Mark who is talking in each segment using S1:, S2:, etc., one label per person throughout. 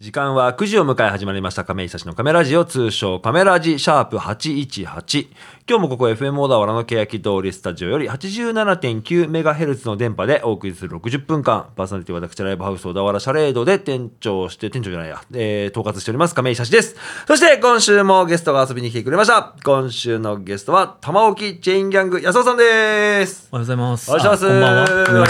S1: 時間は9時を迎え始まりました亀井久志のカメラジオ通称カメラジシャープ818今日もここ FM 小田原の欅通りスタジオより 87.9MHz の電波でお送りする60分間パーソナリティは私ライブハウス小田原シャレードで店長をして店長じゃないや、えー、統括しております亀井久志ですそして今週もゲストが遊びに来てくれました今週のゲストは玉置チェインギャング安尾さんです
S2: おはようございます。
S1: お願い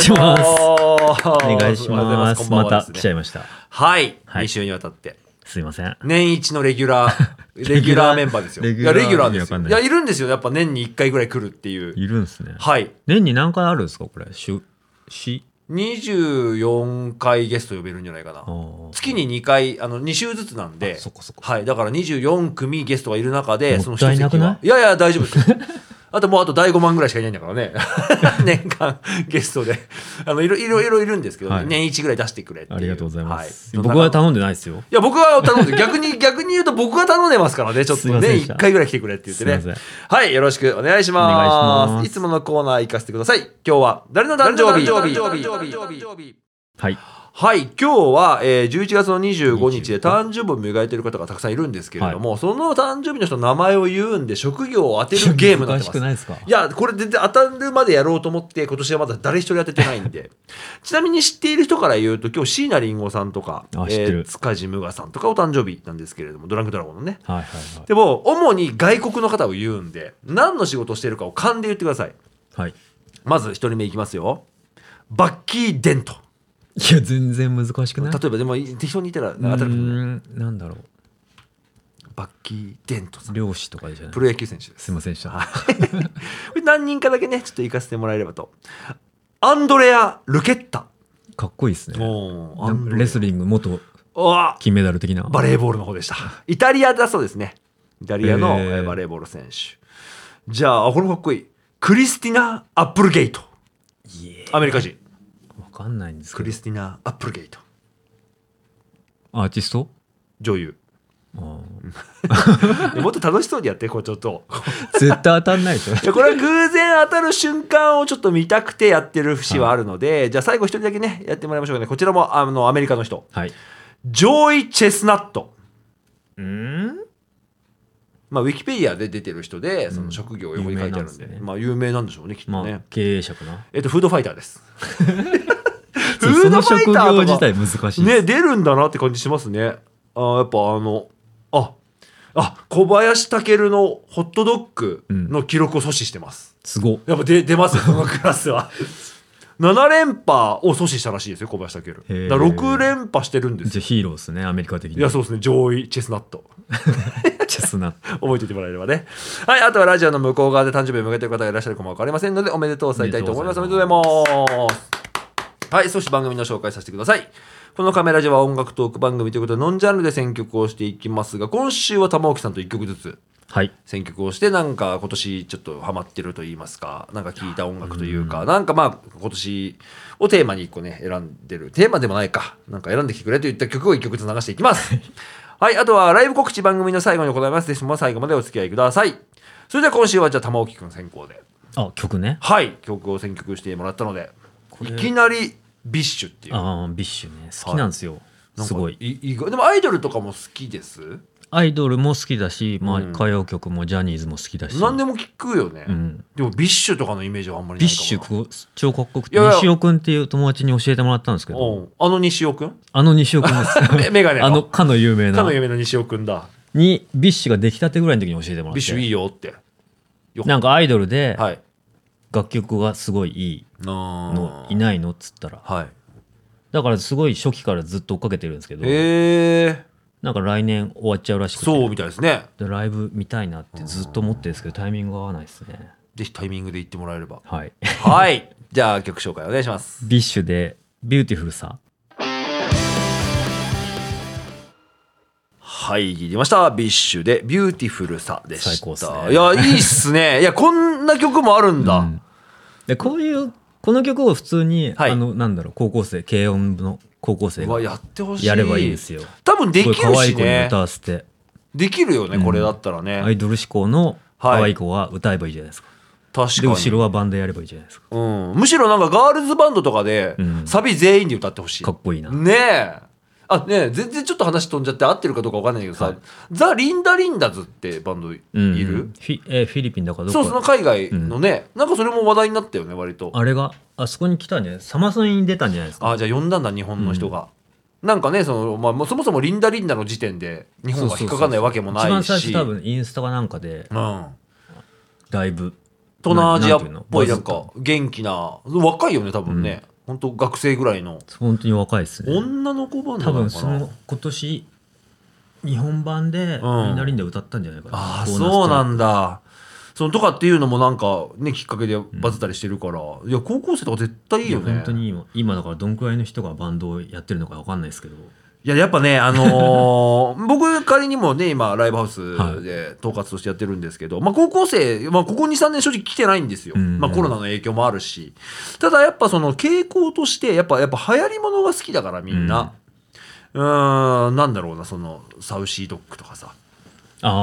S1: します
S2: あこんばんは。お願いします。
S1: お
S2: お願いします。
S1: こんば
S2: ま
S1: んは
S2: た
S1: ですね
S2: 来ちゃいました。
S1: はい、
S2: はい
S1: 2週にわたって
S2: すいません。
S1: 年一のレギュラー レギュラーメンバーですよ
S2: レ
S1: い
S2: ギュラ
S1: や
S2: ー
S1: レギュラーです
S2: わか
S1: よ
S2: んない
S1: いやいるんですよやっぱ年に1回ぐらい来るっていう
S2: いるんですね。
S1: はい
S2: 年に何回あるんですかこれ。週、し、
S1: 24回ゲスト呼べるんじゃないかな
S2: あー
S1: 月に2回あの2週ずつなんで
S2: あそっかそっか
S1: はいだから24組ゲストがいる中でその
S2: もったいなくない
S1: 一席はいやいや大丈夫ですよ あともうあと第5万ぐらいしかいないんだからね 年間ゲストであのいろいろいろいるんですけど、ね
S2: はい
S1: 年1ぐらい出してくれっていう
S2: ありがとうございます。
S1: はい
S2: 僕は頼んでないですよ。
S1: いや、僕は頼んで、逆 に、逆に言うと僕が頼んでますからね、ちょっと
S2: すいません
S1: ね、
S2: でし
S1: 一
S2: た
S1: 回ぐらい来てくれって言ってね
S2: すいません。
S1: はい、よろしくお願いし
S2: お願
S1: ま。
S2: いしますす
S1: いつものコーナー行かせてください。今日は、誰の誕生日
S2: はい。
S1: はい、今日は、えー、11月の25日で誕生日を迎えている方がたくさんいるんですけれども、その誕生日の人の名前を言うんで、職業を当てるゲームになっ
S2: 難
S1: て
S2: し
S1: ま
S2: く
S1: す
S2: な。いですか
S1: いや、これ全然当たるまでやろうと思って、今年はまだ誰一人当ててないん で。ちなみに知っている人から言うと、今日椎名林檎さんとか、え
S2: あ知ってる
S1: ー塚地武雅さんとかお誕生日なんですけれども、ドランクドラゴンのね。
S2: はいはいはい。
S1: でも、主に外国の方を言うんで、何の仕事をしているかを勘で言ってください。
S2: はい。
S1: まず一人目いきますよ。バッキー・デント。
S2: いや、全然難しくない
S1: 例えば、でも適当に言った
S2: う
S1: ら当たるけどね
S2: ーん、なんだろう。
S1: バッキー・デントさん。
S2: 漁師とかじゃない
S1: プ。ロ野球選手です。
S2: すいませんでした。
S1: これ何人かだけね、ちょっと行かせてもらえればと。アンドレア・ルケッタ。
S2: かっこいいですね。
S1: お
S2: なんかレスリング元
S1: あ
S2: 金メダル的な。
S1: バレーボールの方でした。 イタリアだそうですね。イタリアの
S2: へー
S1: えーバレーボール選手。じゃあ、あこれもかっこいい。クリスティナ・アップルゲイト。
S2: いえ
S1: アメリカ人。
S2: わかんないんです
S1: ク
S2: け
S1: リ
S2: ど。
S1: スティナ・アップルゲイト。
S2: アーティスト
S1: 女優。
S2: あー
S1: もっと楽しそうにやって、こうちょっと。
S2: 絶対当たんないでしょ
S1: い。やこれは偶然当たる瞬間をちょっと見たくてやってる節はあるので、じゃあ最後一人だけね、やってもらいましょうかね。こちらもあのアメリカの人。
S2: はい。
S1: ジョイ・チェスナット。
S2: うん
S1: まあ、ウィキペディアで出てる人で、その職業を横に書いてあるんで、
S2: 有名なんですね
S1: まあ、有名なんでしょうね、きっと
S2: ま
S1: ね。
S2: あ、経営者かな。
S1: えっと、フードファイターです。
S2: そ
S1: フード
S2: の
S1: ファイ
S2: 職
S1: ター
S2: 業
S1: と
S2: 自
S1: か
S2: 体難しいです。
S1: ね、出るんだなって感じしますね。あーやっぱあの、あ、あ、小林健のホットドッグの記録を阻止してます。
S2: すごっ。
S1: やっぱ出出ますよ、 このクラスは。7連覇を阻止したらしいですよ、小林健。だか
S2: ー
S1: ら6連覇してるんです
S2: じゃ
S1: よ。
S2: あヒーローですね、アメリカ的に。
S1: いや、そうですね、上位チェスナット。
S2: チェスナ
S1: 覚え
S2: ット。
S1: ておいてもらえればね。はい、あとはラジオの向こう側で誕生日を迎えている方がいらっしゃるかもわかりませんので、おめでとうを伝えたいと思います。お
S2: お
S1: め
S2: め
S1: で
S2: で
S1: と
S2: と
S1: う
S2: う
S1: ございます。はい、そして番組の紹介させてください。このカメラジオは音楽トーク番組ということで、ノンジャンルで選曲をしていきますが、今週は玉置さんと1曲ずつ
S2: はい。
S1: 選曲をして、なんか今年ちょっとハマってると言いますか、なんか聴いた音楽というか、なんかまあ今年をテーマに1個ね、選んでる。テーマでもないか。なんか選んできてくれといった曲を1曲ずつ流していき ます。はい、あとはライブ告知番組の最後に行います。ぜひとも最後までお付き合いください。それでは今週はじゃあ玉置くん先行で。
S2: あ、曲ね。
S1: はい、曲を選曲してもらったので、
S2: れ
S1: いきなりビッシュっていう。
S2: ああ、ビッシュね。好きなんですよ。
S1: なんか
S2: すごい。
S1: 意外でもアイドルとかも好きです。
S2: アイドルも好きだし、まあ、
S1: うん
S2: 歌謡曲もジャニーズも好きだし。
S1: 何でも聞くよね。
S2: うん
S1: でもビッシュとかのイメージはあんまりな
S2: ビ
S1: い
S2: ッ
S1: かもな
S2: シュこう、超かっこよくて、
S1: いやいや
S2: 西尾くんっていう友達に教えてもらったんですけ
S1: う
S2: ど、
S1: んあの西尾くん
S2: あの西尾くんで
S1: め
S2: す。
S1: メガネの
S2: あの、かの有名
S1: か
S2: な
S1: の。夢の西尾くんだ。
S2: に、ビッシュが出来たてぐらいの時に教えてもらっ
S1: ビッ
S2: て。
S1: シュいいよって。よ
S2: なんかアイドルで、
S1: はい。
S2: 楽曲がすごいいいの、いないのっつったら。
S1: はい。
S2: だからすごい初期からずっと追っかけてるんですけど、
S1: えー、
S2: なんか来年終わっちゃうらしくて。
S1: そうみたいですね。
S2: でライブ見たいなってずっと思ってるんですけどタイミングが合わないですね
S1: ぜひタイミングで言ってもらえれ ば。
S2: はい
S1: はい。じゃあ曲紹介お願いします。
S2: ビッシュで「ビューティフルさ
S1: はい、切りました。ビッシュで、ビューティフルさでした。
S2: 最高っすね
S1: いや、いいっす ね。いや、こんな曲もあるん」だ。
S2: うんでこういうこの曲を普通に、
S1: はい
S2: あのなんだろう高校生軽音部の高校生
S1: う
S2: が
S1: わ、やってほしい。
S2: やればいいんですよ
S1: 多分です
S2: ご
S1: き
S2: い可
S1: る
S2: 愛い
S1: し
S2: 子に
S1: ね
S2: 歌。わせて
S1: できるよね、これだったらね。
S2: アイドル志向
S1: はい
S2: の可愛い子は歌えばいいじゃないですか、
S1: 確
S2: で
S1: か
S2: 後
S1: に。
S2: ろはバンドやればいいじゃないですか
S1: うん、むしろなんかガールズバンドとかで、
S2: うん
S1: サビ全員で歌ってほしい。
S2: かっこいいな、
S1: ねえ。あねえ全然ちょっと話飛んじゃって合ってるかどうかわかんないけどさ、ザ・リンダ・リンダズってバンドいる、
S2: うんうんフィえーフィリピンだからど
S1: そう
S2: こ
S1: その海外のね、なんかそれも話題になったよね割と
S2: あれがあそこに来たんじゃないサマソニに出たんじゃないですか
S1: ああじゃあ呼んだんだ日本の人が、なんかねその、まあ、もうそもそもリンダリンダの時点で日本が引っかかんないわけもないし
S2: 一番最初多分インスタかなんかで
S1: うん、
S2: だいぶ
S1: 東南アジアっぽいな
S2: なんんていうのバズ
S1: か元気な若いよね多分ね、本当学生ぐらいの
S2: 本当に若いですね
S1: 女の子バンド
S2: 多
S1: なの
S2: 分
S1: か
S2: そ
S1: な
S2: の今年日本版で「
S1: うん
S2: みんなりんで歌ったんじゃないかな、
S1: ああ
S2: コーナー
S1: そうな
S2: ス
S1: んだそのとかっていうのもなんかねきっかけでバズったりしてるから、いや高校生とか絶対いい
S2: タイ
S1: よ
S2: ル
S1: ね
S2: 本当に今今だからどんくらいの人がバンドをやってるのかわかんないですけど
S1: いや、やっぱね、あの ー僕、仮にもね、今、ライブハウスで統括としてやってるんですけど、まあ、高校生、まあ、ここ2、3年正直来てないんですよ。
S2: うん
S1: まあ、コロナの影響もあるし。ただ、やっぱその傾向として、やっぱ、やっぱ流行りものが好きだから、みんな。うーん、なんだろうな、その、サウシードッグとかさ。
S2: あ
S1: ま
S2: あ
S1: あ、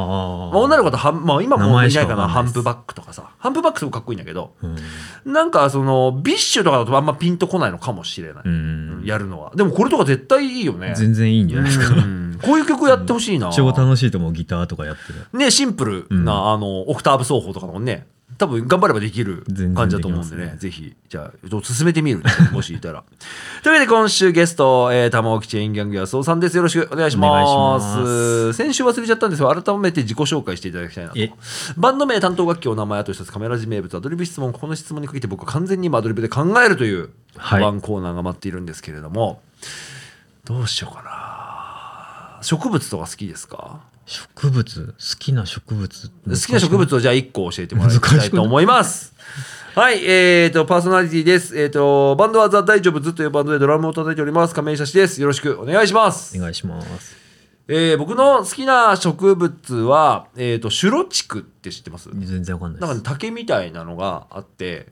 S1: 女の子とはん、まあ、今もうい
S2: 名
S1: ない
S2: 前しか
S1: か
S2: わかんな
S1: な、
S2: いです
S1: ハンプバックとかさ。ハンプバックすごくかっこいいんだけど、
S2: うん
S1: なんか、その、ビッシュとかだとあんまピンとこないのかもしれない。
S2: うん
S1: やるのは。でも、これとか絶対いいよね。
S2: 全然いいんじゃないですか、
S1: うんこういう曲やってほしいな。
S2: 超楽しいと思うギターとかやってる
S1: ね、シンプルな、あのオクターブ奏法とかもね多分頑張ればできる
S2: 全然
S1: 感じだと思うんでね
S2: できますね
S1: ぜひじゃあちょっと進めてみるね、もしいたら。というわけで今週ゲスト、えー、玉置チェーンギャングやそうさんですよろしくお願いします
S2: お願いし
S1: 先週忘れちゃったんですが改めて自己紹介していただきたいなと
S2: え
S1: バンド名担当楽器お名前あと一つカメラ字名物アドリブ質問この質問にかけて僕は完全に今アドリブで考えるという
S2: はい
S1: ワンコーナーが待っているんですけれども、どうしようかな植物とか好きですか
S2: 植物好きな植物
S1: 好きな植物をじゃあ1個教えてもらい
S2: 難
S1: たい
S2: しく
S1: と
S2: ない
S1: 思います。はい、えーと、パーソナリティです。えーと、バンドはザ・大丈夫ズというバンドでドラムを叩いております。亀井久志です。よろしくお願いします
S2: お。願いします
S1: えー僕の好きな植物は、えーと、シュロチクって知ってますなん
S2: 全然わかんない
S1: か
S2: で
S1: ね
S2: す
S1: 竹みたいなのがあって、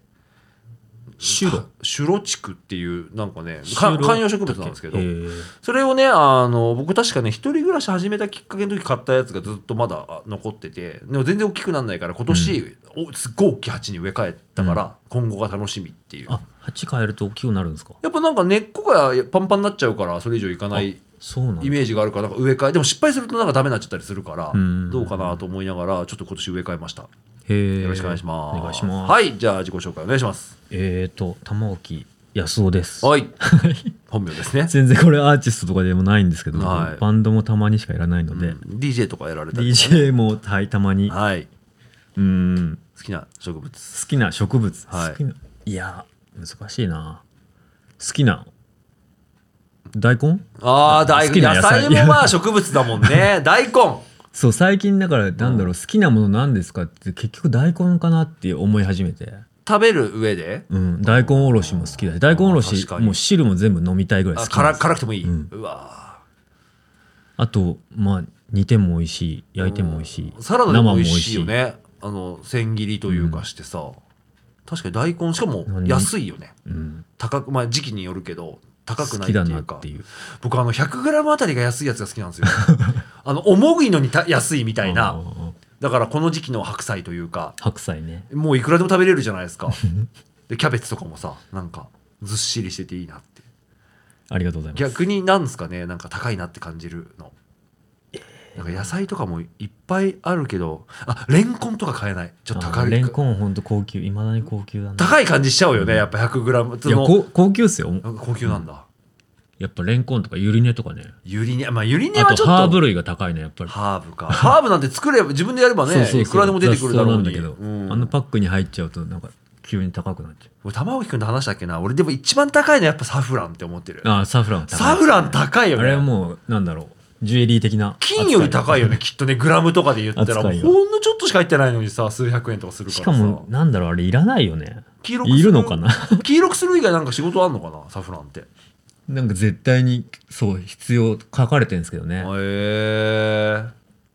S2: シュロ
S1: シュロチクっていう、なんかね、か
S2: シュロ
S1: 観葉植物なんですけど
S2: へ、ー
S1: それをねあの僕確かね一人暮らし始めたきっかけの時買ったやつがずっとまだあ残っててでも全然大きくならないから今年、おすっごい大きい鉢に植え替えたから、今後が楽しみっていう
S2: あ鉢変えると大きくなるんですか
S1: やっぱなんか根っこがパンパンになっちゃうからそれ以上いかない
S2: そうなんだ
S1: イメージがあるからなんか植え替えでも失敗するとなんかダメになっちゃったりするから、
S2: うん
S1: どうかなと思いながらちょっと今年植え替えました
S2: へえ
S1: よろしくお願いします、
S2: お願いします
S1: はいじゃあ自己紹介お願いします
S2: えーと玉置康夫です
S1: はい本名ですね、
S2: 全然これアーティストとかでもないんですけど、
S1: はい
S2: バンドもたまにしかやらないの
S1: うん
S2: で、
S1: DJ とかやられたりとか
S2: DJ もはいたまに
S1: はい
S2: うん
S1: 好きな植物
S2: 好きな植物、
S1: はい
S2: 好きないや難しいな好きな大根
S1: ああ、大
S2: 好
S1: 根。
S2: きな
S1: 野
S2: 野
S1: 菜
S2: 菜
S1: もまあ植物だもんね。 大根。
S2: そう最近だからなんだろう、好きなものなんですかって結局大根かなって思い始めて、
S1: 食べる上で、
S2: うん、大根おろしも好きだし大根お
S1: あ
S2: ろ
S1: ー
S2: し
S1: 確かに
S2: もう汁も全部飲みたいぐらい
S1: あ
S2: 好きなんで
S1: 辛
S2: す
S1: 辛くてもいい。う
S2: うん
S1: わ
S2: あとまあ煮ても美味しい焼いても美味しい、
S1: ーサラダでも美味しいよね。あの、千切りというかしてさ。確かに大根、しかも
S2: 何
S1: 安いよね。
S2: 生も美味しい、うん、
S1: 高く、まあ時期によるけど、高く
S2: 好
S1: ない
S2: き
S1: って
S2: だ
S1: い
S2: な
S1: う
S2: っ
S1: か
S2: て。いう
S1: 僕、あの、100g あたりが安いやつが好きなんですよ。 あの、重いのにた安いみたい
S2: あ
S1: な。
S2: ー
S1: だからこの時期の白菜というか、
S2: 白菜ね
S1: もういくらでも食べれるじゃないです か。で、キャベツとかもさ、なんか、ずっしりしてていいなって。
S2: ありがとうございます
S1: 逆になんですかねなんか高いなって感じるのなんか野菜とかもいっぱいあるけどあレンコンとか買えないちょっと高
S2: あーレ
S1: い
S2: ンコンほんと高級いまだに高級だな
S1: 高い感じしちゃうよねやっぱ 100g
S2: いや
S1: の
S2: こ高級っすよ
S1: なんか高級なんだ、
S2: やっぱレンコンとかゆり根とかね
S1: ゆりねまあゆりねは
S2: あ
S1: ちょ
S2: と
S1: っと
S2: ハーブ類が高いねやっぱり
S1: ハーブかハーブなんて作れば自分でやればねいくらでも出てくるだろう
S2: 雑草なんだ
S1: に
S2: けど、
S1: うん
S2: あのパックに入っちゃうとなんか急に高くなっちゃ
S1: 俺玉置君と話したっけな俺でも一番高いのはやっぱサフランって思ってる
S2: うあーサフランは高い
S1: サフラン高いよ
S2: あれは
S1: ね
S2: もうなんだろうジュエリー的な
S1: 金より高いよねきっとねグラムとかで言ったらほ
S2: 扱
S1: ん
S2: いよ
S1: のちょっとしか入ってないのにさ数百円とかする
S2: し
S1: か
S2: から
S1: さ
S2: もなんだろうあれいらないよね
S1: 黄色くす
S2: いるの かな
S1: 黄色くする以外なんか仕事あんのかなサフランってへ
S2: なんか絶対にそう必要と書かれてるんですけど
S1: え
S2: ね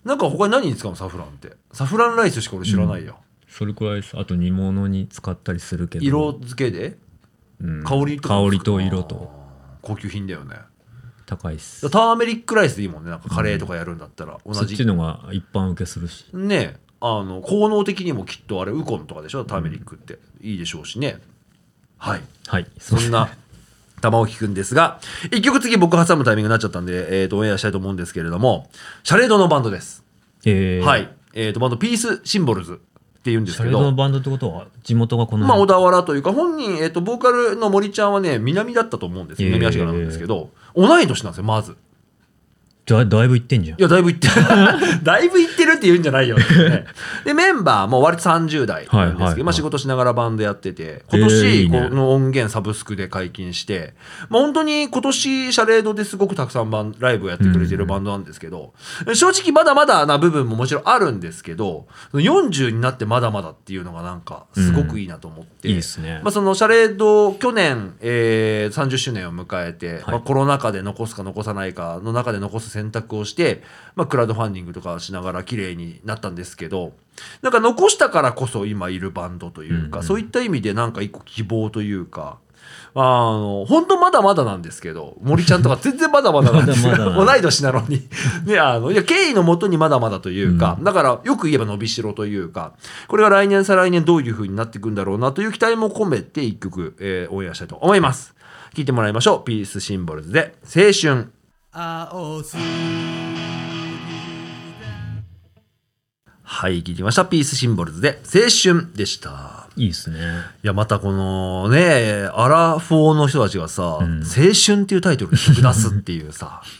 S1: なんか他に何に使うのサフランってサフランライスしか俺知らないよ、
S2: それくらいですあと煮物に使ったりするけど
S1: 色付けで
S2: うん
S1: 香りとか
S2: 香りと色と
S1: あー高級品だよね
S2: 高いっす
S1: ターメリックライスでいいもんねなんかカレーとかやるんだったら、
S2: そ
S1: 同
S2: っ
S1: じ
S2: ちのが一般受けするし
S1: ねえあの効能的にもきっとあれウコンとかでしょターメリックって、いいでしょうしねはい
S2: はい
S1: そんな玉置くんですが、一曲次僕挟むタイミングになっちゃったんで、えっ、と、オンエアしたいと思うんですけれども、シャレードのバンドです。
S2: えー、
S1: はい。えっ、と、バンド、ピースシンボルズって言うんです
S2: そ
S1: け
S2: れの
S1: ど、
S2: バンドってことは地元がこの
S1: まあ、小
S2: 辺
S1: 田原というか、本人、えっ、と、ボーカルの森ちゃんはね、南だったと思うんです。
S2: へー
S1: 南足柄なんですけど、同い年なんですよ、まず。
S2: だだいぶ行ってんじゃん
S1: いや、だいぶいってる。 だいぶいってるって言うんじゃないよ、ね。で、メンバーも割と30代なんですけど、
S2: はいはいはい
S1: まあ仕事しながらバンドやってて、今
S2: えーい
S1: 年、
S2: い
S1: こ
S2: ね
S1: の音源サブスクで解禁して、まあ本当に今年、シャレードですごくたくさんバンライブをやってくれてるバンドなんですけど、正直まだまだな部分ももちろんあるんですけど、40になってまだまだっていうのがなんか、すごくいいなと思って。
S2: いいですね、
S1: まあ、そのシャレード去年、えー30周年を迎えて、まあ、コロナ禍で残すか残さないかの中で残す選択をして、まあ、クラウドファンディングとかしながら綺麗になったんですけどなんか残したからこそ今いるバンドというか、
S2: うんうん
S1: そういった意味でなんか一個希望というか。あの本当まだまだなんですけど森ちゃんとか全然まだまだなんです
S2: ま
S1: よ
S2: だまだ
S1: 同い年なの にねあのいや敬意のもとにまだまだというか、
S2: う
S1: だからよく言えば伸びしろというかこれが来年再来年どういう風になっていくんだろうなという期待も込めて一曲、えーオンエアしたいと思います聞いてもらいましょうピースシンボルズで青春
S3: 青す
S1: はい聞いてましたピースシンボルズで青春でした
S2: いいですね
S1: いやまたこのねアラフォーの人たちがさ「
S2: ん
S1: 青春」っていうタイトルで曲出すっていうさ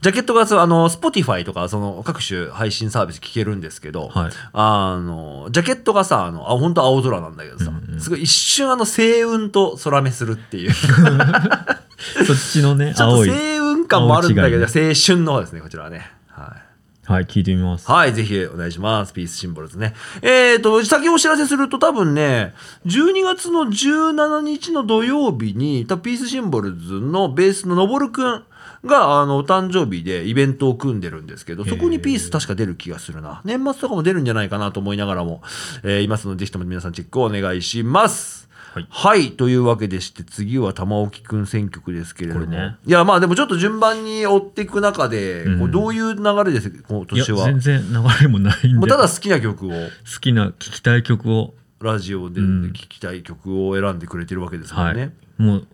S1: ジャケットがそうあの Spotify とかその各種配信サービス聴けるんですけど、
S2: はい
S1: あのジャケットがさあのあ本当青空なんだけどさ、すごい一瞬あの星雲と空目するって いうちょっ
S2: そっちの ね
S1: と
S2: 青
S1: 星
S2: い
S1: 雲感もあるんだけど、
S2: 青違いね
S1: 青春の方ですねこちらはね。はい
S2: はい聞いてみます
S1: はい、ぜひお願いします。ピースシンボルズね。えっ、と、先お知らせすると多分ね、12月の17日の土曜日に、多分ピースシンボルズのベースののぼるくんが、あの、お誕生日でイベントを組んでるんですけど、そこにピース確か出る気がするな。年末とかも出るんじゃないかなと思いながらも、えーいますので、ぜひとも皆さんチェックをお願いします。は
S2: はいい、
S1: というわけでして、次は玉置くん選曲ですけれども。
S2: これね
S1: いや、まあでもちょっと順番に追っていく中で、こ
S2: う
S1: うんどういう流れです今
S2: いや
S1: 年は。
S2: 全然流れもないん
S1: もう
S2: で
S1: ただ
S2: 好
S1: 好きな曲を
S2: きな聴きたい曲を
S1: ラジオで
S2: うん
S1: 聴きたい曲を選んでくれてるわけですも
S2: は
S1: ん
S2: い、
S1: ね、
S2: もう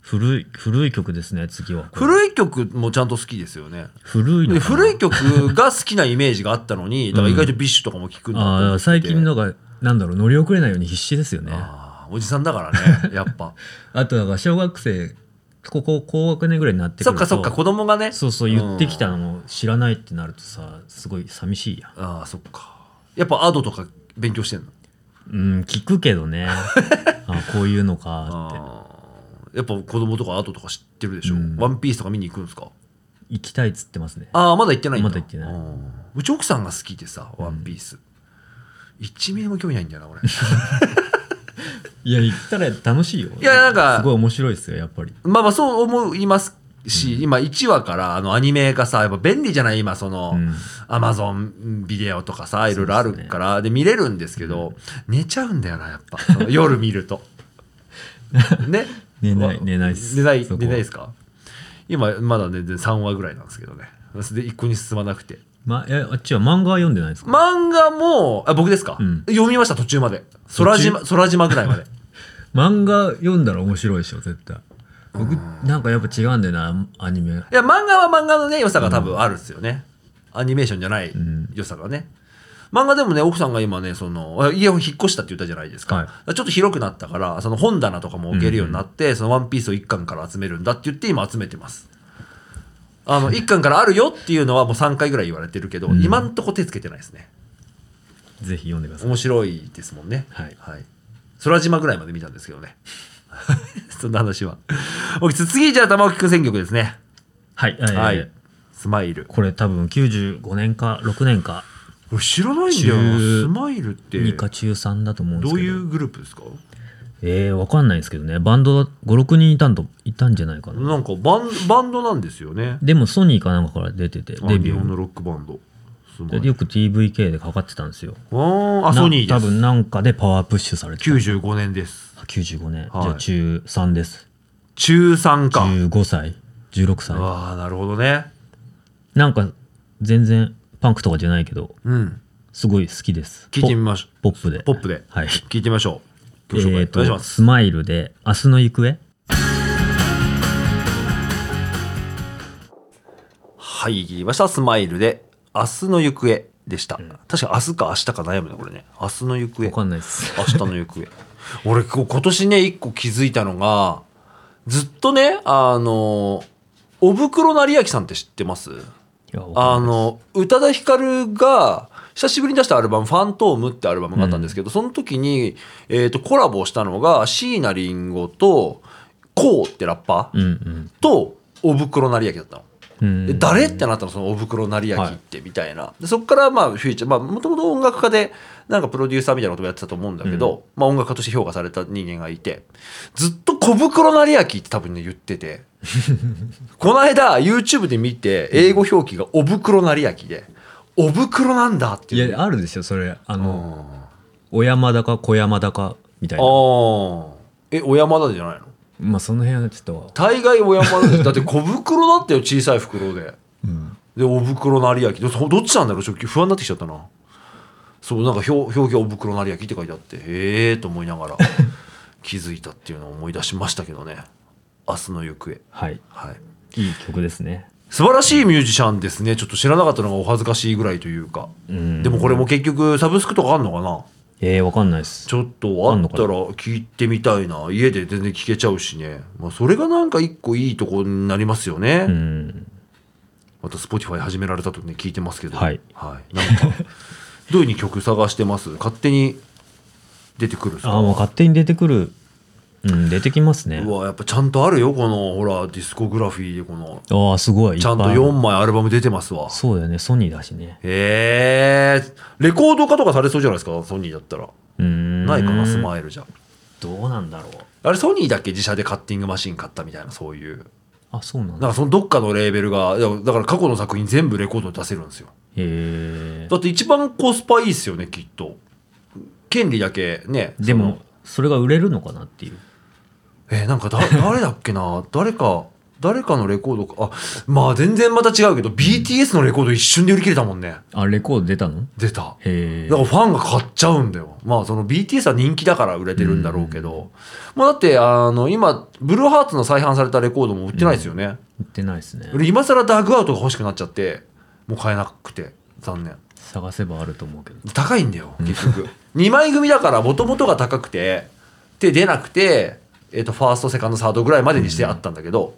S2: 古い古い曲ですね次はこれ
S1: 古い曲もちゃんと好きですよね
S2: 古いの
S1: で
S2: かな
S1: 古い曲が好きなイメージがあったのにだから意外とビッシュとかも聞くんだ
S2: あ
S1: な
S2: あ
S1: と思っ
S2: 最
S1: て
S2: 近のがなんだろう乗り遅れないように必死ですよねあ
S1: あーおじさんだ からねやっぱ
S2: とだから小学生ここ高学年ぐらいになってく
S1: そっ
S2: る
S1: か
S2: と
S1: そっか子供がね
S2: そうそう言ってきたのも知らないってなるとさすごい寂しいや
S1: ああそっかやっぱアドとか勉強してんの
S2: うん聞くけど ねあこういうのか
S1: あーやっぱ子供とかアドとか知ってるでしょ、
S2: うん
S1: ワンピースとか見に行くんですか
S2: って行きたいっつってますね
S1: ああまだ行ってないんだ
S2: まだ行ってない
S1: うんうち奥さんが好きでさ「ワンピース、一ミリも興味ないんだよな俺
S2: いや行ったら楽しいよい
S1: やなんか
S2: すごい面白いですよやっぱり
S1: まあまあそう思いますし、今1話からあのアニメがさ、やっぱ便利じゃない今その
S2: うん、
S1: アマゾンビデオとかさ、いろいろある
S2: そうですね
S1: から、で見れるんですけど、寝ちゃうんだよな、やっぱ。その夜見 ると。ね
S2: 寝ない
S1: わ
S2: 寝ないっす
S1: 寝ない、
S2: そこ
S1: 寝ないですか今まだね、3話ぐらいなんですけどね。で、一個に進まなくて。
S2: ま、えあっちは漫画は読んでないですか、
S1: 漫画も、あ、僕ですか、
S2: うん
S1: 読みました、途中まで。空島、空島ぐらいまで。
S2: 漫画読んだら面白いでしょ絶対僕なんかやっぱ違うんだよなアニメ
S1: いや、漫画は漫画のね、良さが多分あるんですよね。アニメーションじゃない
S2: ん
S1: 良さがね。漫画でもね、奥さんが今ね、その、あ家を引っ越したって言ったじゃないですか。
S2: はい
S1: だからちょっと広くなったから、その本棚とかも置けるようになって、そのワンピースを1巻から集めるんだって言って、今集めてます。あの、1巻からあるよっていうのはもう3回ぐらい言われてるけど、
S2: ん
S1: 今んとこ手つけてないですね。
S2: ぜひ読んでください
S1: 面白いですもんね。
S2: はい
S1: 空島ぐらいまで見たんですけどね。 そんな話は。お次、じゃあ玉置くん選曲ですね。
S2: はい、えー
S1: はい。スマイル。
S2: これ多分95年か6年か
S1: 俺知らないんだよな
S2: 中
S1: スマイルって
S2: 2か中3だと思うんで
S1: ど
S2: す
S1: う
S2: け
S1: い
S2: ど
S1: うグループですか
S2: えー、わかんないですけどねバンド56人いたんといたんじゃないかな
S1: なんかバンバンドなんですよね
S2: でもソニーかなんかから出てて
S1: あ
S2: デ
S1: 日
S2: ビュ
S1: 本の
S2: ー
S1: ロックバンドスマイ
S2: で
S1: ル
S2: よく TVK でかかってたんですよ
S1: あーあ
S2: な
S1: ソニー
S2: 多
S1: です
S2: 分なんかでパワープッシュされてた
S1: 95年です
S2: あ95年、
S1: はい
S2: じゃあ中3です
S1: 中3か
S2: 15歳16歳
S1: ああなるほどね
S2: なんか全然パンクとかじゃないけど
S1: うん
S2: すごい好きです
S1: 聞いてみましょ
S2: ポポップで
S1: ポップで
S2: はい
S1: 聞いてみましょう
S2: え
S1: 曲紹介
S2: ー
S1: お願いし
S2: と
S1: ます
S2: スマイルで「明日の行方」
S4: 明
S1: はい、切りました。スマイルで、明日の行方でした。確か明日か明日か悩むね、これね。明日の行
S2: わか
S1: 方。
S2: んないです。
S1: 明日の行方。俺、こう今年ね、一個気づいたのが、ずっとね、あの、おぶくろ成明さんって知ってます
S2: いやわか
S1: あ
S2: んない
S1: の、宇多田ヒカルが、久しぶりに出したアルバム、ファントームってアルバムがあったんですけど、その時に、えっ、と、コラボしたのが、椎名林檎と、コウってラッパー
S2: うん
S1: と、おぶくろ成明だったの。
S2: うん。
S1: で
S2: うん
S1: 誰ってなったのそのお袋成明ってみたいな、でそこからまあフューチャーまあもともと音楽家でなんかプロデューサーみたいなこともやってたと思うんだけど、まあ音楽家として評価された人間がいてずっと小袋成明って多分ね言って てこの間 YouTube で見て英語表記がお袋成明でお袋なんだって
S2: い
S1: いう
S2: や、あるでしょ、それ。あ
S1: う
S2: の、
S1: んあ
S2: 小山田か小山田かみたいな。
S1: ーえ小山田じゃないの
S2: まあ、その辺はちょっと。
S1: 大概小山田でだって小袋だったよ小さい袋で。
S2: うん。
S1: で、お袋成明。どどっちなんだろうちょっと不安になってきちゃったな。そう、なんか表表記はお袋成明って書いてあって、へえーと思いなが ら気づいたっていうのを思い出しましたけどね。明日の行方。
S2: はい。
S1: はい。
S2: いい曲ですね。
S1: 素晴らしいミュージシャンですね。ちょっと知らなかったのがお恥ずかしいぐらいというか。
S2: うん
S1: でもこれも結局サブスクとかあんのかな
S2: えー、わかんないです
S1: ち。ょっとあった
S2: あん
S1: ら聞いてみたいな。家で全然聞けちゃうしね。まあそれがなんか一個いいとこになりますよね。
S2: うん。
S1: また Spotify 始められた時に聞いてますけど、
S2: はい
S1: なんか どういうふうに曲探してます勝手に出てくるんですか
S2: ああ、もう勝手に出てくる。うん、出てきますね
S1: う。わやっぱちゃんとあるよこのほらディスコグラフィーでこの
S2: ああ、すごい。
S1: ちゃんと
S2: いっぱいある
S1: 4枚アルバム出てますわ
S2: そうだよね、ソニーだしね。
S1: へえレコード化とかされそうじゃないですかソニーだったら
S2: うーん。
S1: ないかなスマイルじゃ
S2: どうなんだろう。
S1: あれソニーだっけ自社でカッティングマシン買ったみたいなそういう
S2: あ、そうなん
S1: なん
S2: だ。
S1: かそのどっかのレーベルがいやだから過去の作品全部レコードに出せるんですよ
S2: へえ。
S1: だって一番コスパいいっすよねきっと権利だけね
S2: でも、それが売れるのかなっていう。
S1: えーなんかだ誰だっけな誰か誰かのレコードかあまあ全然また違うけど BTS のレコード一瞬で売り切れたもんね
S2: あ、レコード出たの
S1: 出た
S2: へえ
S1: だか。らファンが買っちゃうんだよまあその BTS は人気だから売れてるんだろうけど、もうだってあの今ブルーハーツの再販されたレコードも売ってないですよね、
S2: 売ってないですね。
S1: 俺今更ダグアウトが欲しくなっちゃってもう買えなくて残念
S2: 探せばあると思うけど。
S1: 高いんだよ結局2枚組だからもともとが高くてで出なくて、えっとファーストセカンドサードぐらいまでにしてあったんだけど、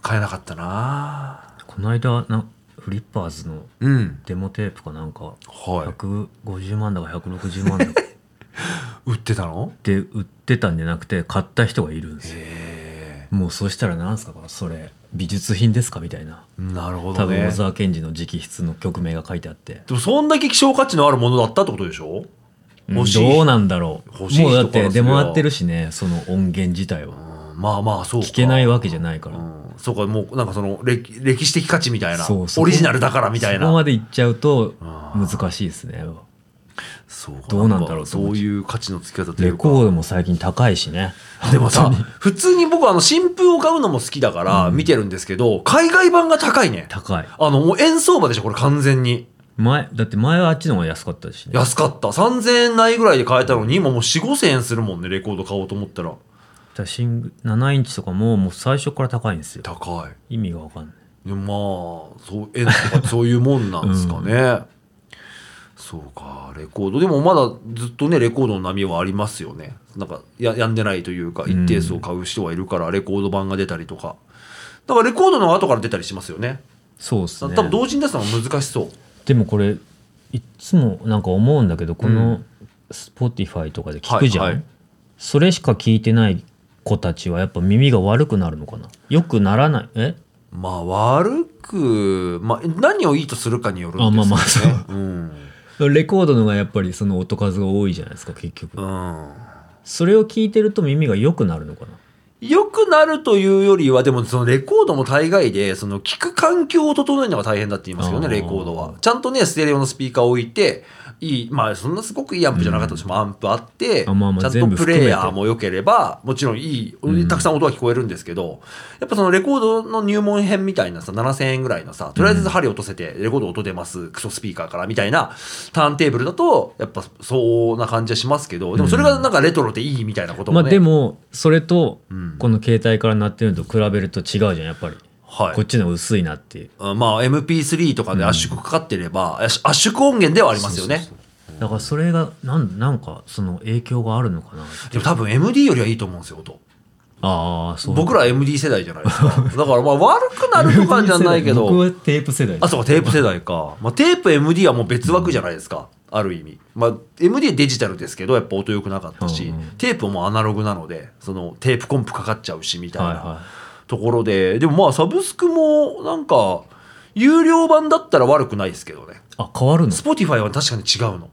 S1: 買えなかったな
S2: この間、なフリッパーズの
S1: うん
S2: デモテープかなんか、
S1: は
S2: 150万だか160万だかっ
S1: い売ってたの
S2: て売ってたんじゃなくて、買った人がいるんですよ。
S1: へ
S2: もうそうしたらなんすかそれ美術品ですかみたいな
S1: えなるほ
S2: 多
S1: ど
S2: 分
S1: ね
S2: 小沢健二の直筆の曲名が書いてあって
S1: でもそんだけ希少価値のあるものだったってことでしょ
S2: うん
S1: 欲しい
S2: どうなんだろう
S1: 欲しい人
S2: もうだっ
S1: から
S2: て
S1: すれ
S2: 出
S1: ば
S2: 回ってるしねその音源自体は
S1: うんまあまあそうか
S2: 聞けないわけじゃないから、
S1: うん、そうかもうなんかその歴歴史的価値みたいな
S2: そうそこ
S1: オリジナルだからみたい
S2: そこ
S1: な
S2: までいっちゃうと
S1: うん
S2: 難しいですね
S1: そうか
S2: どうなんだろう
S1: かそういう価値の付き方とい
S2: レ
S1: うか
S2: コードも最近高いしね
S1: でもさ、普通に僕はあの新風を買うのも好きだから見てるんですけど、海外版が高いね。
S2: 高い
S1: あの、もう円相場でしょ、これ完全に。
S2: 前だって前はあっちの方が安かったしね
S1: 安かった。3000円ないぐらいで買えたのに、今もう4、5000円するもんね、レコード買おうと思ったら。
S2: だシング7インチとかももう最初から高いんですよ
S1: 高い。
S2: 意味が分かんない
S1: でもまあ、そう、円とかってそういうもんなんですか ね。そうか、レコード。でもまだずっとね、レコードの波はありますよね。なんか、や、やんでないというか、一定数を買う人はいるから、レコード版が出たりとか。だからレコードの後から出たりしますよね。
S2: そうです
S1: 多
S2: ね
S1: 分同時に出すのは難しそう。
S2: でもこれいっつもなんか思うんだけどこ
S1: う
S2: の Spotify とかで聞くじゃん、
S1: はいはい
S2: それしか聞いてない子たちはやっぱ耳が悪くなるのかなよくならないえ
S1: まあ悪く、まあ、何をいいとするかによるんですよ、ね。。
S2: あまあまあそう
S1: ん。
S2: レコードのがやっぱりその音数が多いじゃないですか結局、
S1: うん。
S2: それを聞いてると耳が良くなるのかな
S1: 良くなるというよりは、でもそのレコードも大概で、その聞く環境を整えるのが大変だって言いますよね、
S2: あー
S1: レコードは。ちゃんとね、ステレオのスピーカーを置いて、いい、まあそんなすごくいいアンプじゃなかったとしても、アンプあって、
S2: あまあまあ
S1: ちゃん
S2: 全
S1: と
S2: 部
S1: プ
S2: 含めて
S1: レイヤーも良ければ、もちろんいい、たくさん音は聞こえるんですけど、やっぱそのレコードの入門編みたいなさ、7000円ぐらいのさ、とりあえず針落とせて、レコード音出ます、クソスピーカーからみたいな、ターンテーブルだと、やっぱそうな感じはしますけど、でもそれがなんかレトロでいいみたいなこと
S2: ま
S1: も
S2: あ
S1: ね。
S2: でもそれと
S1: うん
S2: この携帯から鳴ってるのと比べると違うじゃんやっぱり
S1: はい
S2: こっちの薄いなっていう
S1: うんまあ MP3 とかで圧縮かかってれば、圧圧縮音源ではありますよね
S2: だからそれがなんなんかその影響があるのかなって
S1: でも多分 MD よりはいいと思うんですよ音
S2: ああそう
S1: 僕ら MD 世代じゃないです かだからまあ悪くなるとかじゃないけ
S2: 僕
S1: ど
S2: はテープ世代
S1: あそうかテープ世代か、まあ、テープ MD はもう別枠じゃないですか、ある意味、まあ、MD はデジタルですけどやっぱ音良くなかったし、
S2: うんうん
S1: テープはもうアナログなのでそのテープコンプかかっちゃうしみたいな、
S2: はいは
S1: ところででもまあサブスクもなんか有料版だったら悪くないですけどね
S2: いあ変わるの
S1: Spotify は確かに違うの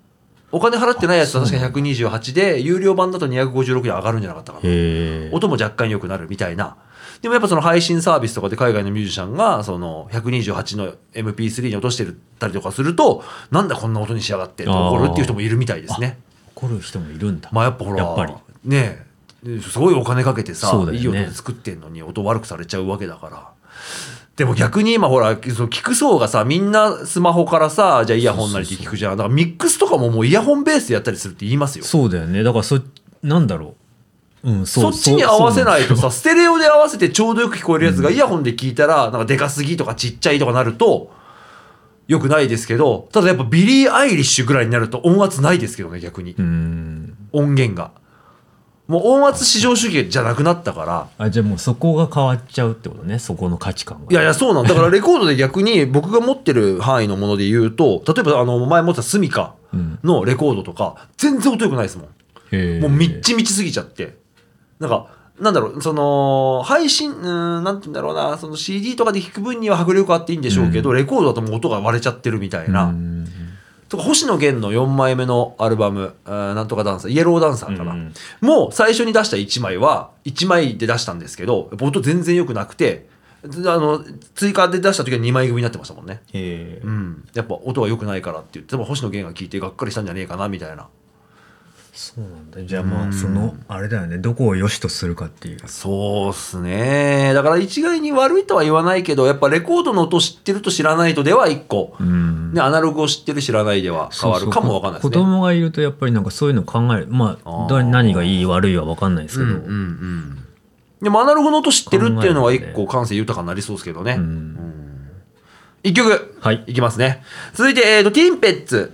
S1: お金払ってないやつは確か128で有料版だと256で上がるんじゃなかったかな
S2: へえ
S1: 音も若干良くなるみたいなでもやっぱその配信サービスとかで海外のミュージシャンがその128の MP3 に落としてたりとかするとなんだこんな音に仕上がってって怒るっていう人もいるみたいですね
S2: 怒る人もいるんだ
S1: まあやっぱほら
S2: やっぱり
S1: ねえすごいお金かけてさ、
S2: そうだよ
S1: い
S2: ね
S1: い音で作ってんのに音悪くされちゃうわけだから。でも逆に今ほらその聞く層がさみんなスマホからさじゃあイヤホンなりで聞くじゃんだからミックスとかももうイヤホンベースでやったりするって言いますよそ
S2: そうだよねだからそなんだろううんそう
S1: っちに合わせないとさステレオで合わせてちょうどよく聞こえるやつがイヤホンで聞いたらなんかでかすぎとかちっちゃいとかなるとよくないですけどただやっぱビリー・アイリッシュぐらいになると音圧ないですけどね逆に
S2: そうなんだうーん
S1: 音源がもう音圧至上主義じゃなくなったから
S2: あじゃあもうそこが変わっちゃうってことねそこの価値観が
S1: いやいや、そうなんだからレコードで逆に 僕が持ってる範囲のもので言うと、例えばあの前持ってたスミカ
S2: うん
S1: のレコードとか、全然音良くないですもん。
S2: へー
S1: もうみっちみちすぎちゃって。なんか、なんだろう、その、配信、うーん、なんて言うんだろうな、その CD とかで聴く分には迫力あっていいんでしょうけど、レコードだともう音が割れちゃってるみたいうな。
S2: ん
S1: とか、星野源の4枚目のアルバム、あーなんとかダンサー、イエローダンサーかな。
S2: うん
S1: もう最初に出した1枚は、1枚で出したんですけど、やっぱ音全然良くなくて、ずあの、追加で出した時は2枚組になってましたもんね。
S2: へえ
S1: うん。やっぱ音が良くないからって言って、でも星野源が聞いてがっかりしたんじゃねえかな、みたいな。
S2: そうなんだじゃあまあそのあれだよねどこを良しとするかっていう
S1: そうっすね。だから一概に悪いとは言わないけど、やっぱレコードの音知ってると知らないとでは1個。
S2: うん
S1: ね、アナログを知ってる知らないでは変わるかもわかんないですね。
S2: 子供がいるとやっぱりなんかそういうの考えるまあ
S1: あー
S2: だ何がいい悪いは分かんないですけど、
S1: うんうんうんでもアナログの音知ってるっていうのは一個感性豊かになりそうですけどね、
S2: う
S1: うん
S2: ん
S1: 一曲
S2: はい
S1: いきますね続いて、えー、とティンペッツ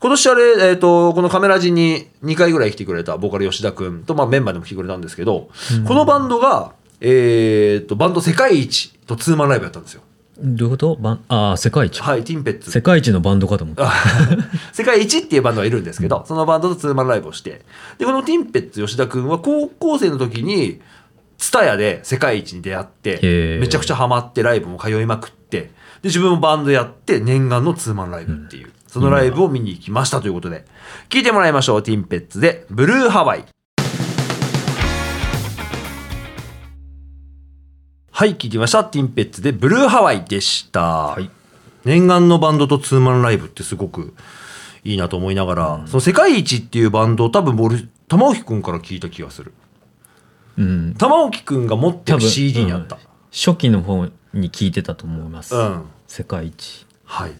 S1: 今年あれ、えー、とこのカメラ陣に2回ぐらい来てくれたボーカル吉田君と、まあ、メンバーでも来てくれたんですけど、このバンドが、えー、とバンド世界一とツーマンライブやったんですよ
S2: どういうことばんああ世界一
S1: はいティンペッツ
S2: 世界一のバンドかと思った
S1: 世界一っていうバンドがいるんですけど、そのバンドとツーマンライブをして、で、このティンペッツ吉田くんは高校生の時に、ツタヤで世界一に出会っ
S2: へ
S1: て、
S2: ー
S1: めちゃくちゃハマってライブも通いまくって、で、自分もバンドやって、念願のツーマンライブっていう、そのライブを見に行きましたということで、聞いてもらいましょう、ティンペッツで、ブルーハワイ。はい、聞いてみました。ティンペッツで、ブルーハワイでした。
S2: はい
S1: 念願のバンドとツーマンライブってすごくいいなと思いながら、その世界一っていうバンドを多分俺玉置くんから聞いた気がする
S2: うん
S1: 玉置くんが持って
S2: 多
S1: る
S2: 分
S1: CD にあった、
S2: うん初期の方に聞いてたと思います、
S1: うん
S2: 世界一
S1: はい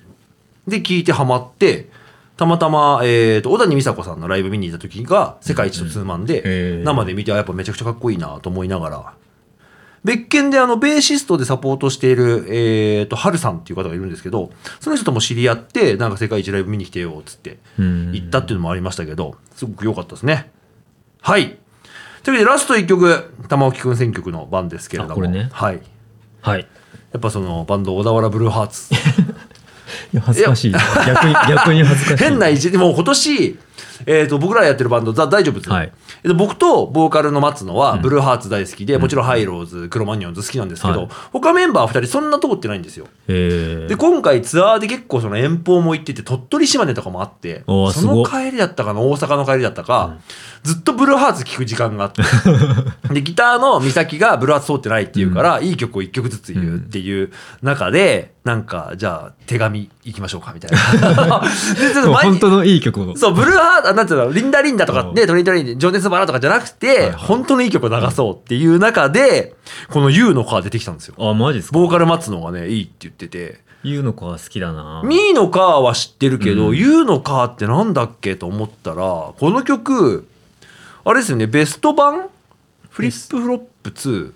S1: で聞いてハマってたまたま、えー、と小谷美佐子さんのライブ見に行った時が世界一とツーマンで、
S2: うんへー
S1: 生で見てあやっぱめちゃくちゃかっこいいなと思いながら別件であのベーシストでサポートしている、えー、とハルさんっていう方がいるんですけどその人とも知り合ってなんか世界一ライブ見に来てよっつって
S2: うん
S1: 行ったっていうのもありましたけど、すごく良かったですね。はい。というわけで、ラスト1曲、玉置くん選曲の番ですけれども。
S2: あこれね
S1: はい。や
S2: はい
S1: っぱそのバンド、小田原ブルーハーツ。
S2: いや恥ずかしい 逆に逆に恥ずかしい
S1: 変ないじり、もう今年、えー、と僕らやってるバンド、ザ・大丈夫です、
S2: はい
S1: えっと僕とボーカルの松野は、ブルーハーツ大好きで、もちろんハイローズ、クロマニオンズ好きなんですけど、
S2: はい
S1: 他メンバー2人、そんな通ってないんですよ。
S2: え
S1: で今回ツアーで結構その遠方も行ってて鳥取島根とかもあって
S2: おー
S1: その
S2: すご
S1: 帰りだったかな大阪の帰りだったか、ずっとブルーハーツ聴く時間があ ってでギターの美咲がブルーハーツ通ってないっていうから、いい曲を1曲ずつ言うっていう中で、なんかじゃあ手紙行きましょうかみたい な。でちょっと毎日
S2: 本当のいい曲を
S1: そう、ブルーハート、なんていうの、リンダリンダとか
S2: う
S1: で、トリントリン、情熱バラとかじゃなく
S2: い
S1: て、
S2: はい
S1: 本当のいい曲を流そうっていう中で、この U のカー出てきたんですよ。
S2: あマジですか
S1: ボーカル松野がね、いいって言ってて、
S2: ユうの子は好きだな
S1: ミーのカーは知ってるけど、
S2: うん
S1: ユーのカーってなんだっけと思ったら、この曲、あれですよね、ベスト版フリップフロップ2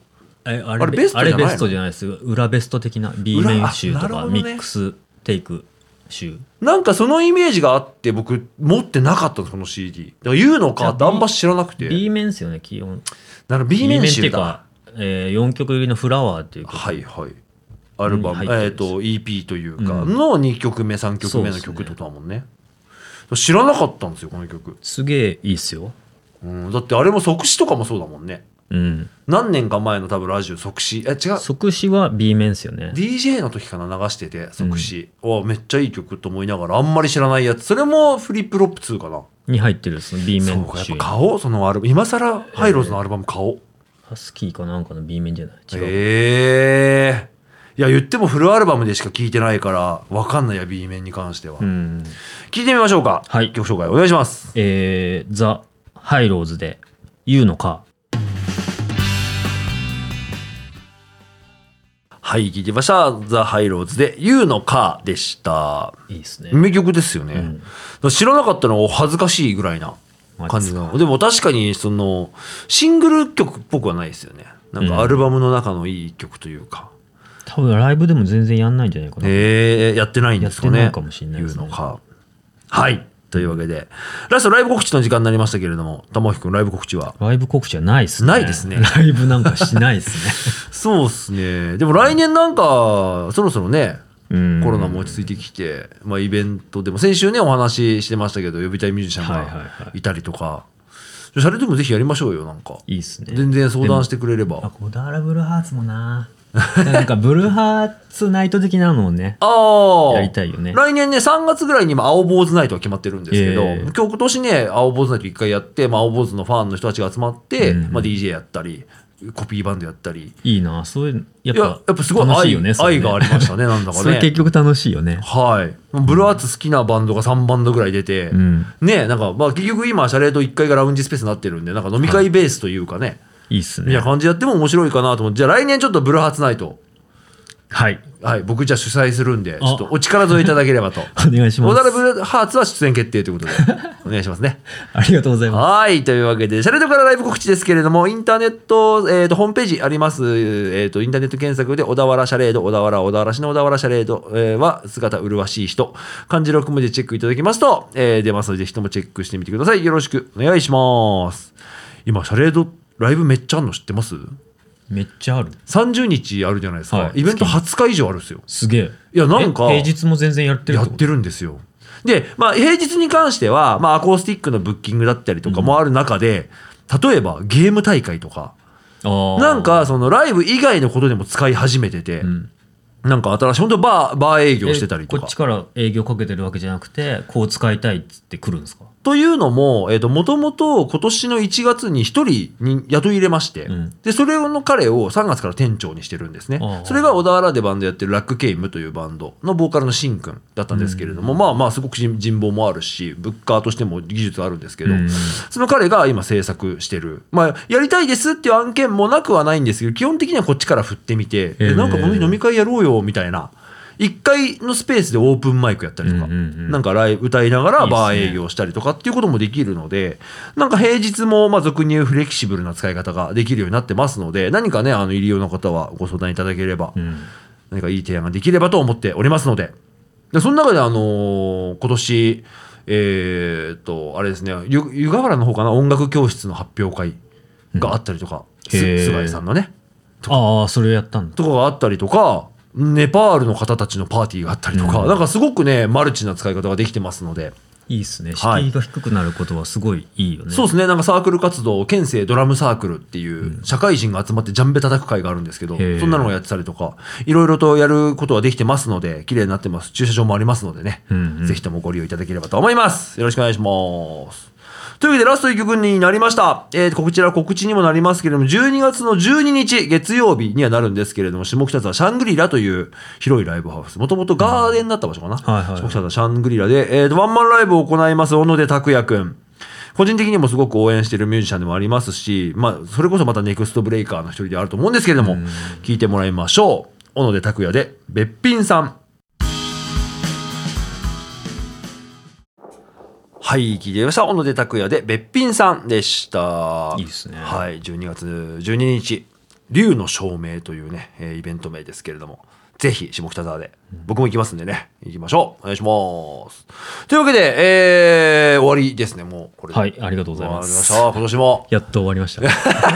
S2: えあ
S1: あれベストじゃないの
S2: あれベストじゃないです裏ベスト的な B
S1: 裏
S2: 面集と
S1: あなるほ
S2: か、
S1: どね
S2: ミックステイク集
S1: なんかそのイメージがあって僕持ってなかったのその CD だから言うのかってあんま知らなくて
S2: B 面ですよね基本
S1: なる B 面
S2: ってい
S1: 集
S2: う
S1: だ
S2: か、え4曲入りの「フラワー」っていう曲、
S1: はいはいアルバム、
S2: うん入
S1: え
S2: ってる
S1: っ、
S2: んです
S1: と EP というか
S2: うん
S1: の2曲目3曲目の曲ってことだもんね知らなかったんですよこの曲、
S2: すげえいいっすよ
S1: うん、だってあれも即死とかもそうだもんね
S2: うん
S1: 何年か前の多分ラジオ即死え違う
S2: 即死は B 面ですよね
S1: DJ の時かな流してて即死、わあめっちゃいい曲と思いながらあんまり知らないやつそれもフリップロップ2かな
S2: に入ってるその B
S1: そ
S2: 面
S1: うかやっ
S2: 集
S1: ぱ買おうそのアルバム今更ハイローズのアルバム買おう
S2: ハスキーかなんかの B 面じゃない違う、
S1: ええいや言ってもフルアルバムでしか聴いてないから分かんないや B 面に関しては、
S2: うん
S1: 聞いてみましょうか、
S2: はい
S1: 曲紹介お願いします
S2: えー、ザ・ハイローズで「言うのか
S1: はい聞いてみました「ザ・ハイローズで「YOU のカー」でした」
S2: いいっすね
S1: 名曲ですよね、
S2: ん
S1: だから知らなかったのがお恥ずかしいぐらいな感じなのでも確かにそのシングル曲っぽくはないですよねなんかアルバムの中のいい曲というか、
S2: 多分ライブでも全然やんないんじゃないかな、
S1: ええやってないんですかね。
S2: やってないかもしれないですね
S1: 言うのか。はい。というわけで、ラストライブ告知の時間になりましたけれども、玉置くんライブ告知は
S2: ライブ告知はないっすね
S1: ないですね
S2: ライブなんかしない っす
S1: そうですね。でも来年なんか、そろそろね、
S2: ねうん
S1: コロナも落ち着いてきて、まあイベントでも、先週ね、お話ししてましたけど、呼びたいミュージシャン
S2: はいはいは
S1: がいたりとか、じゃあシャレでもぜひやりましょうよ、なんか。
S2: いいっすね
S1: 全然相談してくれれば
S2: あ。小田原ブルーハーツ もななんかブルーハーツナイト的なのをね
S1: ああ。
S2: やりたいよね
S1: 来年ね、3月ぐらいに今、青坊主ナイトは決まってるんですけど、
S2: ええ
S1: 今日今年ね、青坊主ナイト一回やって、まあ、青坊主のファンの人たちが集まって、
S2: うん
S1: まあ、DJ やったり、コピーバンドやったり。
S2: いいなそういうや
S1: い
S2: っ
S1: や、
S2: ぱ
S1: やっぱすごい
S2: 楽し
S1: 愛
S2: いよねそれ
S1: 愛
S2: ね
S1: がありましたね、なんだか
S2: それ結
S1: ね。
S2: 局楽しいよね
S1: はい。ブルーアーツ好きなバンドが3バンドぐらい出て、
S2: うん
S1: ね、なんか、まあ、結局今、シャレード1階がラウンジスペースになってるんで、なんか飲み会ベースというかね、
S2: いいっす
S1: みたい
S2: ね
S1: な感じでやっても面白いかなと思って、じゃあ来年ちょっとブルーハーツナイト、
S2: はい
S1: はい、僕じゃあ主催するんで、ち
S2: あ
S1: ょっとお力添えいただければと。
S2: お願いしま
S1: 小田
S2: す
S1: 原ブルーハーツは出演決定ということで、お願いしますね。
S2: ありがとうございます
S1: はい。というわけで、シャレトからライブ告知ですけれども、インターネット、えっ、と、ホームページあります、えっ、と、インターネット検索で、小田原シャレード、小田原、小田原市の小田原シャレード、えーは、姿麗しい人、漢字6文字でチェックいただきますと、えー出ますので、ぜひともチェックしてみてください。よろしくお願いします。今、シャレード、ライブめっちゃあるの知ってます
S2: めっちゃある
S1: ?30 日あるじゃないですか。
S2: はい
S1: イベント20日以上あるんですよ。
S2: すげえ
S1: いやなんか
S2: え平日も全然やってる
S1: や
S2: って
S1: っ
S2: こ
S1: てるんですよ。で、まあ、平日に関しては、まあ、アコースティックのブッキングだったりとかもある中で、例えばゲーム大会とか、
S2: とあー
S1: なんかそのライブ以外のことでも使い始めてて、
S2: ん
S1: なんか新しい、本当バー、バー営業してたりと
S2: えこ
S1: か
S2: っち。から営業かけてるわけじゃなくてこう使いたいっつって来るんですか
S1: というのも、えっ、と、もともと今年の1月に1人に雇い入れまして、
S2: うん
S1: で、それの彼を3月から店長にしてるんですね
S2: あ。あ
S1: それが小田原でバンドやってるラックケイムというバンドのボーカルのシンくんだったんですけれども、まあまあすごく人人望もあるし、ブッカーとしても技術あるんですけど、
S2: うん
S1: その彼が今制作してる。まあ、やりたいですっていう案件もなくはないんですけど、基本的にはこっちから振ってみて、
S2: へ
S1: で
S2: ー
S1: なんかこの日飲み会やろうよ、みたいな。1階のスペースでオープンマイクやったりとか、
S2: うんうんうん
S1: なんかライブ歌いながら
S2: いいっすね
S1: バー営業したりとかっていうこともできるので、なんか平日もまあ俗に言うフレキシブルな使い方ができるようになってますので、何かね、あの、入り用の方はご相談いただければ、
S2: うん
S1: 何かいい提案ができればと思っておりますので、でその中で、あのー今年、えーっと、あれですね、ゆ湯河原の方かな、音楽教室の発表会があったりとか、
S2: うんへ
S1: す
S2: ー
S1: 菅井さんのね、
S2: ああそれをやったんだ
S1: とかがあったりとか、ネパールの方たちのパーティーがあったりとか、
S2: うん
S1: なんかすごくね、マルチな使い方ができてますので、
S2: いいっすね
S1: はい
S2: 敷居が低くなることはすごいいいよね、
S1: そうですね、なんかサークル活動、県政ドラムサークルっていう、社会人が集まってジャンベ叩く会があるんですけど、
S2: へー
S1: そんなのがやってたりとか、いろいろとやることはできてますので、綺麗になってます。駐車場もありますのでね、
S2: うんうん
S1: ぜひともご利用いただければと思います。よろしくお願いします。というわけで、ラスト1曲になりました。えー、こちら告知にもなりますけれども、12月の12日、月曜日にはなるんですけれども、下北沢シャングリラという広いライブハウス、もともとガーデンだった場所かな。
S2: はいはい
S1: 下北沢シャングリラで、えーと、ワンマンライブを行います、小野出拓也くん。個人的にもすごく応援しているミュージシャンでもありますし、まあ、それこそまたネクストブレイカーの一人であると思うんですけれども、聞いてもらいましょう。小野出拓也で、べっぴんさん。はい、聞いてました。小野出拓也で、べっぴんさんでした。
S2: いいっすね
S1: はい、12月12日。竜の証明というね、えーイベント名ですけれども、ぜひ下北沢で、僕も行きますんでね、行きましょう。お願いします。というわけで、えー終わりですね、もうこれで。
S2: はいありがとうございます
S1: 終わりました、今年も。
S2: やっと終わり ました。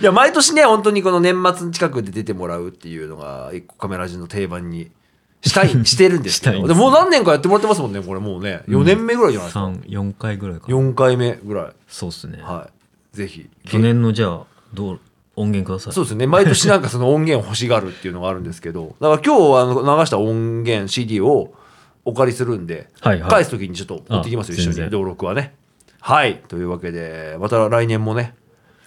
S1: いや、毎年ね、本当にこの年末近くで出てもらうっていうのが、一個カメラ人の定番に。 したい、してるんですけ
S2: したい
S1: ど。
S2: です
S1: でももう何年かやってもらってますもんね、これもうね。4年目ぐらいじゃないですか。
S2: 3、4回ぐらいかな。
S1: 4回目ぐらい。
S2: そうっすね。
S1: はい。ぜひ。
S2: 去年のじゃあ、どう、音源ください。
S1: そうですね。毎年なんかその音源を欲しがるっていうのがあるんですけど、 だから今日あの流した音源、CD をお借りするんで、
S2: はいはい
S1: 返すときにちょっと持ってきますよ、一
S2: あ
S1: 緒
S2: 全
S1: に。
S2: 然
S1: 登録はね。はい。というわけで、また来年もね。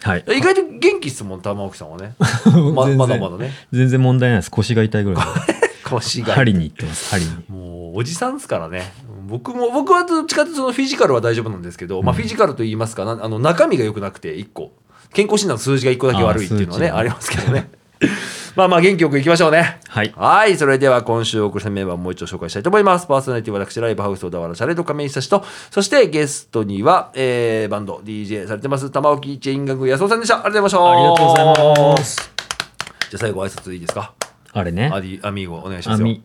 S2: はい。
S1: 意外と元気っすもん、玉置さんは ね。ま
S2: 全然
S1: まだま だね。
S2: 全然問題ないです。腰が痛いぐらいで。
S1: 腰 が。
S2: 針に行ってます、針に。
S1: もうおじさんですからね僕も僕はどっちかというとそのフィジカルは大丈夫なんですけど、まあ、フィジカルと言いますかなあの中身が良くなくて1個健康診断の数字が1個だけ悪いっていうのはね
S2: あー数
S1: あ
S2: 値ね
S1: りますけどね まあまあ元気よくいきましょうね
S2: はい
S1: はいそれでは今週お送りしたメンバーをもう一度紹介したいと思いますパーソナリティは私ライブハウス小田原シャレと亀井久志とそしてゲストには、えーバンド DJ されてます玉置一円楽安尾さんでしたありがとうございました
S2: ありがとうございます。
S1: じゃあ最後挨拶いいですか
S2: あれね
S1: ア。ディアミーゴお願いしますよ
S2: 網、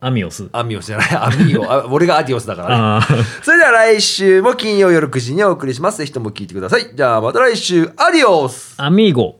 S2: 網をす。
S1: アミオスじゃない、アミーゴ。あ俺がアディオスだからね。
S2: あ あ。
S1: それでは来週も金曜夜9時にお送りします。ぜひとも聞いてください。じゃあまた来週、アディオス
S2: アミーゴ。